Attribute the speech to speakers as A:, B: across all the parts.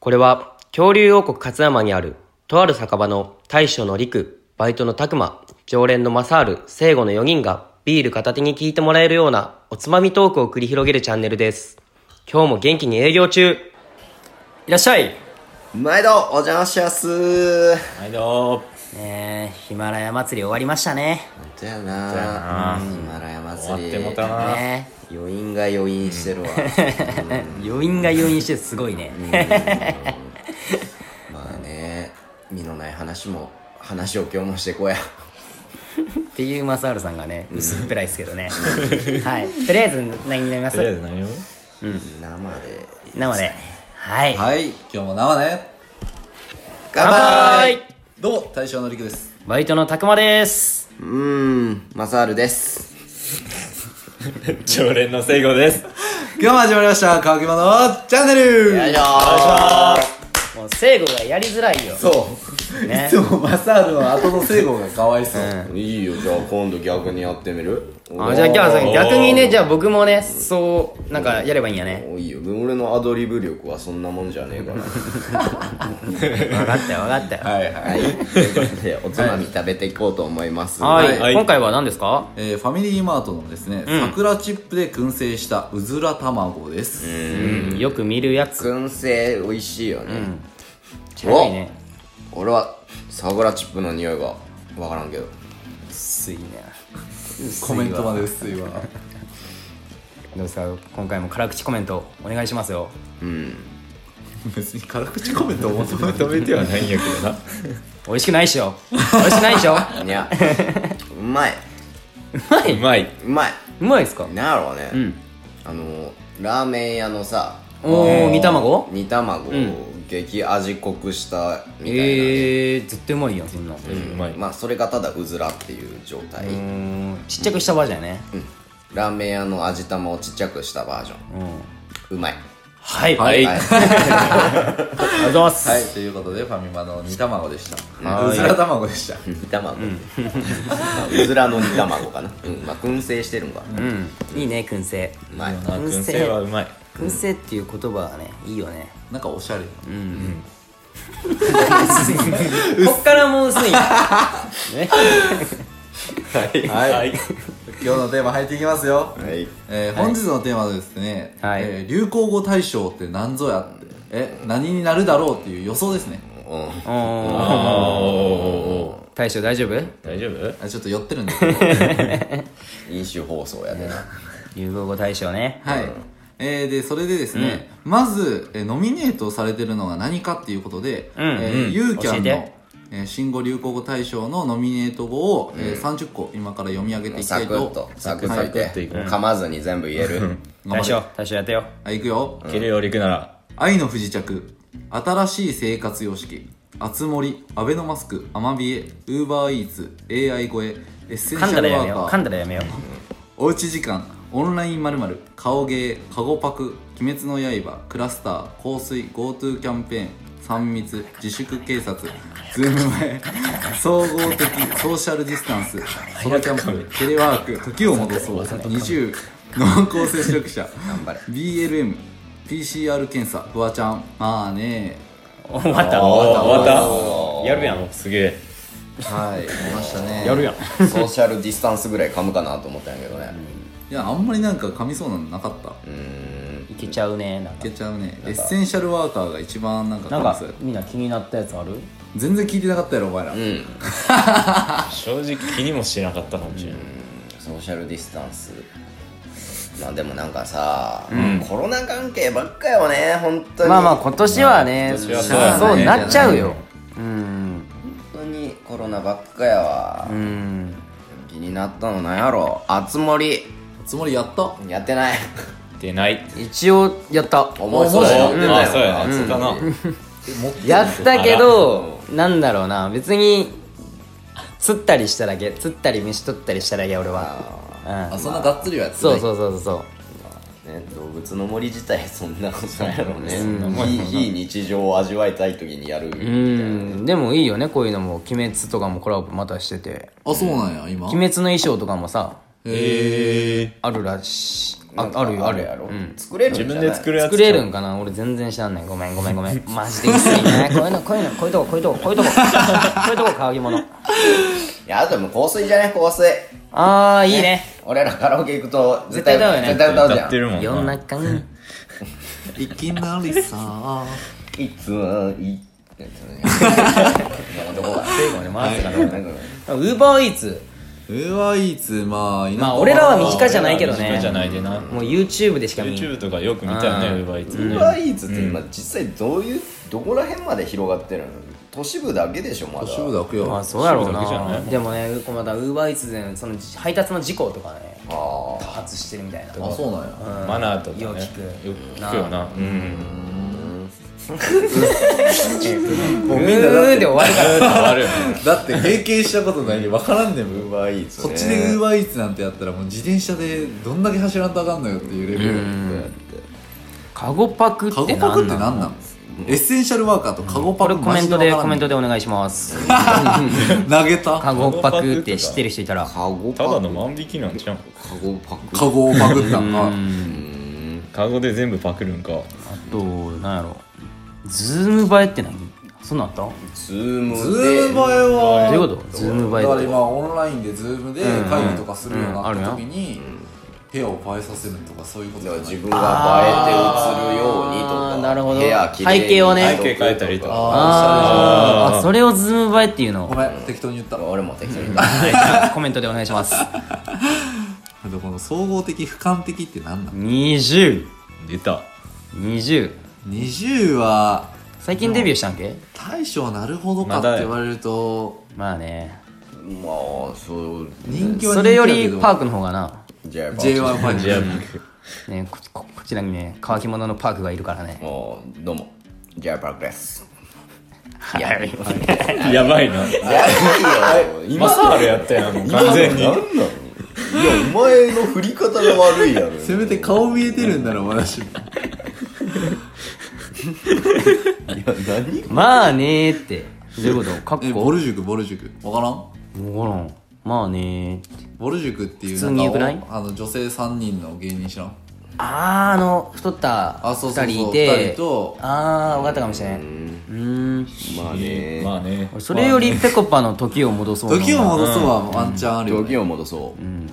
A: これは恐竜王国勝山にあるとある酒場の大将の陸、バイトの拓馬、常連のマサール、聖護の4人がビール片手に聞いてもらえるようなおつまみトークを繰り広げるチャンネルです。今日も元気に営業中いらっしゃい
B: 毎度お邪魔しやす
C: 毎度
D: ねえヒマラヤ祭り終わりましたね
B: 本当やなヒマラヤ
C: 終わ
B: 祭り
C: ってもたな
D: ね
B: 余韻が余韻してるわ、
D: え余韻が余韻してすごいね、
B: まあね身のない話も話を今日もしてこうや
D: っていうマサールさんがね薄っぺらいですけどねはいとりあえず何になりま
C: とりあえ
D: す
C: ず何を
B: 生で
D: 生ではい、
B: はい
E: 今日も生ね
B: 乾杯
E: どうも大将のりくです
D: バイトのたくまです
B: うーんマサール です
C: 常連の聖護です
E: 今日も始まりました川木マのチャンネル
B: よいしょー
D: もう聖護がやりづらいよ
E: そう、
D: ね
E: いつもマサールの後の聖護がかわいそう、
B: いいよじゃあ今度逆にやってみる
D: あじゃあじゃあ逆にねじゃあ僕もねそうなんかやればいいんやね
B: おいいよ俺のアドリブ力はそんなもんじゃねえから
D: 分かったよ分かったよは
E: はいはい、
B: はい、ということでおつまみ食べていこうと思います。
D: い、
C: はい
D: 今回は何ですか
E: えーファミリーマートのですね、桜チップで燻製したうずら卵です、
D: うんよく見るやつ
B: 燻製美味しいよね。
D: ちゃいね
B: お、俺は桜チップの匂いがわからん けど。
D: 薄いね
E: コメントまで薄いわ
D: どうですか今回も辛口コメントお願いしますよ
E: 別に辛口コメントを求めて
C: 止めてはないんやけどな
D: 美味しくないっしょ美味しくないっし ょう
B: いや、うまい、
D: ま
C: う
D: い
C: まいう
B: まい。
D: うまいですか
B: なんやろうね。
D: うん
B: あのラーメン屋のさ、
D: おお煮卵
B: 煮卵を激味濃くしたみたいな、
D: えー、絶対うまいやんそんな
C: うまい
B: まあそれがただうずらっていう状態。
D: うんちっちゃくしたバージョンやね
B: うんラーメン屋の味玉をちっちゃくしたバージョン。
D: うん
B: うまい。
D: はい
C: は
D: あり
C: い
B: はい
D: がとうございます
E: はいということでファミマの煮卵でした
D: はいう
E: ずら卵でした
B: 煮卵、まあ うずらの煮卵かな、うんまあ、燻製してるんか、う
D: うんいいね燻製
B: まい
C: あ燻製はうまい
D: 燻製っていう言葉はねいいよね
E: なんかおしゃれ
D: こっからもう薄いね
E: はい、今日のテーマ入っていきますよ、
B: はい
E: えー本日のテーマはですね、
D: はい
E: えー流行語大賞って何ぞやってえ何になるだろうっていう予想ですね
D: おー大将大丈夫
C: 大丈夫
E: あちょっと寄ってるんですけど
B: うん飲酒放送やでな
D: 流行語大賞ね
E: はい、えーでそれでですね、まず、えーノミネートされてるのが何かっていうことで、
D: うん
E: えー
D: うん
E: ユーキャン
D: 教え
E: の
D: て、
E: えー新語・流行語大賞のノミネート語を、えー30個今から読み上げていき
B: サ
E: た
B: ク
E: い
B: ッと
E: と
B: サク
E: は
B: ッ
E: い
B: といて噛まずに全部言える
E: 頑張れ
D: 大将大将やってよ
E: はいいくよ、
C: 切るよ陸なら
E: 愛の不時着新しい生活様式あつ森アベノマスクアマビエウーバーイーツ AI 超えエッセンシ
D: 噛ん
E: ャ
D: だら
E: ル
D: やめ
E: ワー
D: よう
E: カ
D: 噛
E: ー
D: んだらやめよう
E: おうち時間オンラインまる顔芸カゴパク鬼滅の刃クラスター香水 GoTo キャンペーン3密自粛警察ズーム前総合的ソーシャルディスタンスソロキャンプテレワーク時を戻そう20濃厚接触者
B: 張れ
E: BLM PCR 検査フワちゃんまあね
D: お終わった
C: 終
B: お
C: わ
B: ー
C: ったやるやんすげえ
E: はい来ましたね
D: やるやん
B: ソーシャルディスタンスぐらい噛むかなと思ったんやけどね
E: いやあんまりなんか噛みそうなのなかった
B: うー
D: い
B: ん
D: けちゃうねなんか
E: いけちゃうねエッセンシャルワーカーが一番なんか
D: なん
E: 噛
D: か
E: みそうやった
D: みんな気になったやつある
E: 全然聞いてなかったやろお前ら、
B: うん
C: 正直気にもしなかったかもしれない
B: ソーシャルディスタンスまあでもなんかさ、コロナ関係ばっかよね本当に
D: まあまあ今年はね
C: 今年は
D: そ
C: そうやね
D: うなっちゃうようん
B: 本当にコロナばっかやわ、
D: うん
B: 気になったのなんやろあつ森
E: つもりやった
B: やってない
C: 出ない
D: 一応やった
B: 重そう
C: あ
B: や
C: そう
B: ね
C: やあそうや熱かな
D: やったけどなんだろうな別に釣ったりしただけ釣ったり飯取ったりしただけ俺はう
E: あ
D: ん
E: そんながっつりはやって
D: そ
E: な
D: う
E: い
D: そうそうそうそう
B: ね、動物の森自体そんなことないやろうね、
C: んなもん
B: いいいい日常を味わいたい時にやる、
D: うんでもいいよねこういうのも「鬼滅」とかもコラボまたしてて
E: あそうなんや今
D: 「鬼滅」の衣装とかもさ
C: へえ
D: あるらしい
B: な
D: あ
B: んか
D: あるよある
B: やろ
D: うん
B: 作れるんじ
C: 自
B: ゃない
C: 分で作るやつ
D: 作れるんかな俺全然知らんねんごめんごめんごめん マジで薄いねこういうのこういうのこういうとここういうとここう いうとここういうとこ乾き物
B: いやあともう香水じゃない香水
D: あーいいね
B: 俺らカラオケ行くと絶対
D: 絶対歌うよね
B: 絶対歌うじ
C: 歌
B: ゃ
C: って
B: ん
C: るもん
D: 夜
C: な
D: 中に
E: いきなりさ
B: いつもいいってやつねいやどこが
D: 回すかな
B: はいなんか
D: ウーバーイーツ
E: うわいつまあ
D: まあ俺らは身近じゃないけど
C: 身近じゃ
D: ね
C: ないでな
D: もう YouTube でしか見ん
C: YouTube とかよく見たよね
D: うん
C: ウーバーイーツ
B: ウーバーイーツって今実際どういうどこら辺まで広がってるの都市部だけでしょまだ
E: 年部だけ
D: まあ
E: よ
D: そうやろう
C: そうだけじゃな
D: ないでもねまだウーバーイーツでその配達の事故とかね
B: あ
D: 多発してるみたいな
E: あそうなんや
D: うん
C: マナーとかね
D: よ
C: よ
D: う
C: く
D: 聞く
C: 聞くよなうん
D: もうみんなうーんで終わるから
C: あるよね
E: だって経験したことないに分からんねんもん
B: ーバーイーツ
E: こっちでウーバーイーツなんてやったらもう自転車でどんだけ走らんとあかんのよっていうレベルだって
D: カゴパクっ
E: カ
D: て
E: ゴパクって
D: なんなの
E: 何なのエッセンシャルワーカーとカゴパ
D: こ
E: ク
D: れコメントでコメントで
E: で
D: お願いします
E: 投げた
D: カ
E: カ
D: ゴパクって知ってる人いたら
B: カゴ
C: ただ
B: パ
C: の
B: ク
C: 万引きなんじゃん
B: カゴパク
E: ゴをパクったんか
C: カゴで全部パクるんか
D: あとなんやろズーム映えって何そんなんあったど
B: ズームで
E: ズーム映えは
D: ういうことズーム
E: だ
D: 映え
E: か
D: っ
E: ら
D: て
E: 今オンラインでズームで会議とかするようにな
D: うんうんう
E: っ
D: ん
E: た
D: ある
E: 時に部屋を映えさせるとかそういうこと
B: だ
E: じ
B: から
E: ゃない
B: 自分が映えて映るように
D: あ
B: とか
D: ーなるほど
B: 部屋綺麗に
D: 背景をね
B: とか
C: 背景変えたりとか
E: あ
D: あー
C: あー
D: あそれをズーム映えっていうの
E: ーごめん適当に言った
B: 俺も適当に言った
D: コメントでお願いします
E: あとこの総合的俯瞰的って何なの
D: 2020
C: 出 た
E: 20は
D: 最近デビューしたんけ
E: 大将なるほどか
C: ま
E: っ
C: だ
E: て
C: よ
E: 言われると
D: まあね
B: まあそう
E: 人気は人気やけど
D: それよりパークの方がな、
B: じゃあ
E: J1 ファ
C: じゃあ
E: ン
D: ね、こここちらにね乾き物のパークがいるからね
B: もうどうもジャイパークです
D: はい
C: やばいな
B: やばいよ
C: 今サールやったやんもう完全に
B: 何なのいやお前の振り方が悪いやろ
E: せめて顔見えてるんだろ私
B: いや 何
D: まあねーってどういうことかっ
E: えボ
D: こ
E: ル塾ボル塾わからん
D: わからんまあねーって
E: ボル塾っていう
D: 普通に良くない
E: んかあの女性3人の芸人知らん
D: あーあの太った
E: あそうそうそう
D: 二人いて
E: 二人と
D: ああ分かったかもしれないうん
B: まあね
C: まあね
D: 俺それよりぺこぱの時を戻そう
E: 時を戻すはワンチャンあるよ、ね
B: 時を戻そううん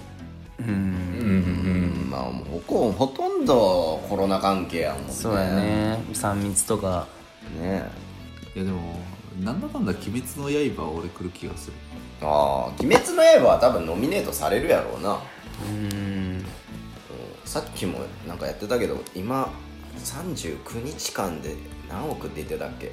B: うんまあもうほこほとんどコロナ関係やもんね
D: そうだよね三密とか
B: ね
E: いやでもなんだかんだ「鬼滅の刃」は俺来る気がする
B: ああ「鬼滅の刃」は多分ノミネートされるやろうな
D: うん
B: さっきもなんかやってたけど今39日間で何億って言ってたっけ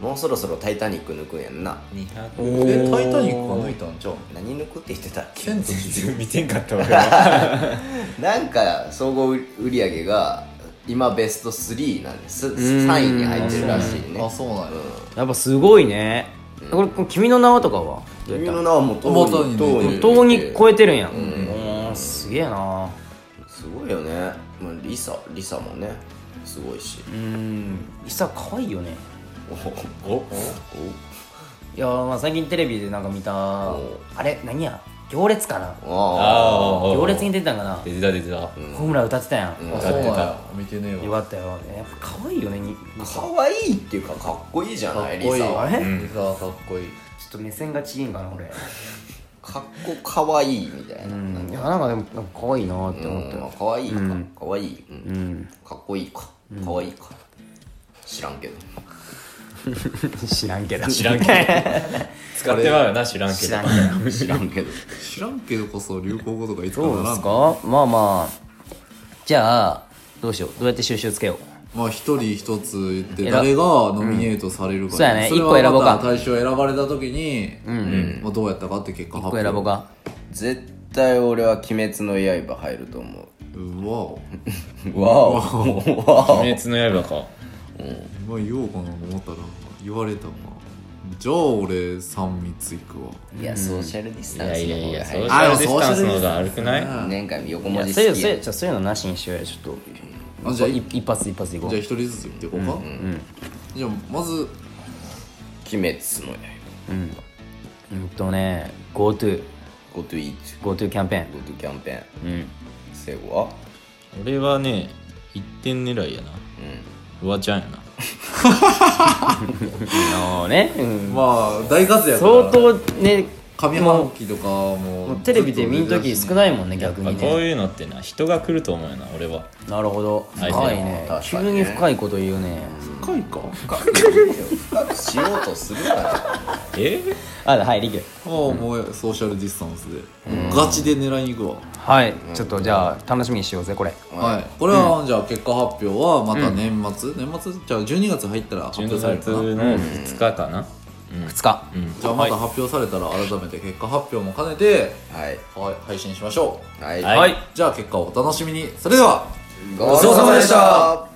B: もうそろそろ「タイタニック」抜くんやんな
C: 200
E: えタイタニック は抜いたんじゃん
B: 何抜くって言ってたっけ
E: 千と千尋
C: 見てんかった俺は
B: なんか総合売り上げが今ベスト3なんです3位に入ってるらしいね
E: あそうなんや
D: やっぱすごいねこれ君の名はとかはどう
B: 君
D: やっ
B: の名はもう
E: 元に
B: とう
D: た
B: に
D: とうに超えてるんや
B: うん
D: おーすげえな
B: すごいよね、まあ、リサリサもねすごいし
D: うん実は可愛いよね
B: おお
C: おお
D: いやーまあ最近テレビでなんか見た
B: お
D: あれ何や行列かな
B: ああ
C: ああ
D: 行列に出てたんかな
C: 出てた出てた
D: ホームラン歌ってたやん
B: うん
E: あそうなんや見てねえ
D: よ
E: わ
D: かったよやっぱ可愛いよねになんかちょ
B: 可愛いっていうかかっこいいじゃないリサは
D: あれ
E: リサはかっこいい
D: っと目線がちいんかな俺
B: かっこかわいいみたいうな、
D: んいやなんかでもなんか可愛いなって思った
B: うん、
D: よ
B: かわいい
D: う
B: か、
D: ん
B: かわいい、うん
D: うん
B: かっこいいかかわいいか知らんけど
D: 知らんけど
C: 知らんけど 使ってまうよな知らんけ
D: 知
C: ど
D: らんけど
B: 知らんけど
E: 知らんけどこそ流行語とかいつか
D: どう
E: な
D: で
E: ら
D: す
E: ん
D: かまあまあじゃあどうしようどうやって収集つけよう
E: まあ一人一つ言って
D: 選
E: 誰がノミネートされるか、
D: うんそうやね
E: れは
D: 一個選ぼうか
E: また大賞選ばれた時に、まあ、どうやったかって結果
D: こ
E: 発
D: れ
E: 表
D: 選ぼうか
B: 絶対俺は「鬼滅の刃」入ると思
E: うわお
B: うわおわお
C: 鬼滅の刃か
E: 今言おうかな思ったら言われたなじゃあ俺三密いくわ
B: いやソーシャルディス
C: い
B: タン
C: や
B: ス
C: いやい
B: の
C: やソ
B: 方
C: ー
B: が
C: シ
B: 入
C: ャルディスタンスの方が悪くない
B: る年間横
D: い
B: 文
D: や
B: 字
D: そういう
B: 好
D: そうい
B: きや
D: うじゃあそういうのなしにしようやちょっと
E: あじゃあ
D: い
E: い
D: 一発一発いこう
E: じゃあ一人ずつ言っていこうか、じゃあまず
B: 「鬼滅の
D: うんとね GoTo
B: 刃」 GoTo イーツ
D: GoTo キャンペーン
B: GoTo キャンペーン
C: うん
B: 聖子は
C: 俺はね一点狙いやな
B: う
C: フワちゃんやな
D: のね、うん
E: まあ大活躍
D: 相当ね
E: 上半期とかも
D: もうテレビで見んとき
E: ずっ
D: 少ないもんね逆
C: まあ
D: に
C: こう
D: ね
C: いうのってな人が来ると思うよな俺は
D: なるほど
C: はい
D: 深いね
B: 確か
D: 急
B: にね
D: に深いこと言うね
E: 深いか
B: ん深くしようとするから
C: え
D: あはいリク
E: ああもうソーシャルディスタンスでガチで狙いに行くわ
D: はいちょっとじゃあ楽しみにしようぜこれ
E: はいこれはじゃあ結果発表はまた年末年末じゃあ12月入ったら発表
C: 12
E: されるか
C: 月
E: な
C: の2日かな
D: 2日
C: うん
E: じゃあまた発表されたら改めて結果発表も兼ねて
B: はい
E: はい配信しましょ
B: はい、
C: はい
E: じゃあ結果をお楽しみにそれでは
B: ご
E: ちそうさまでした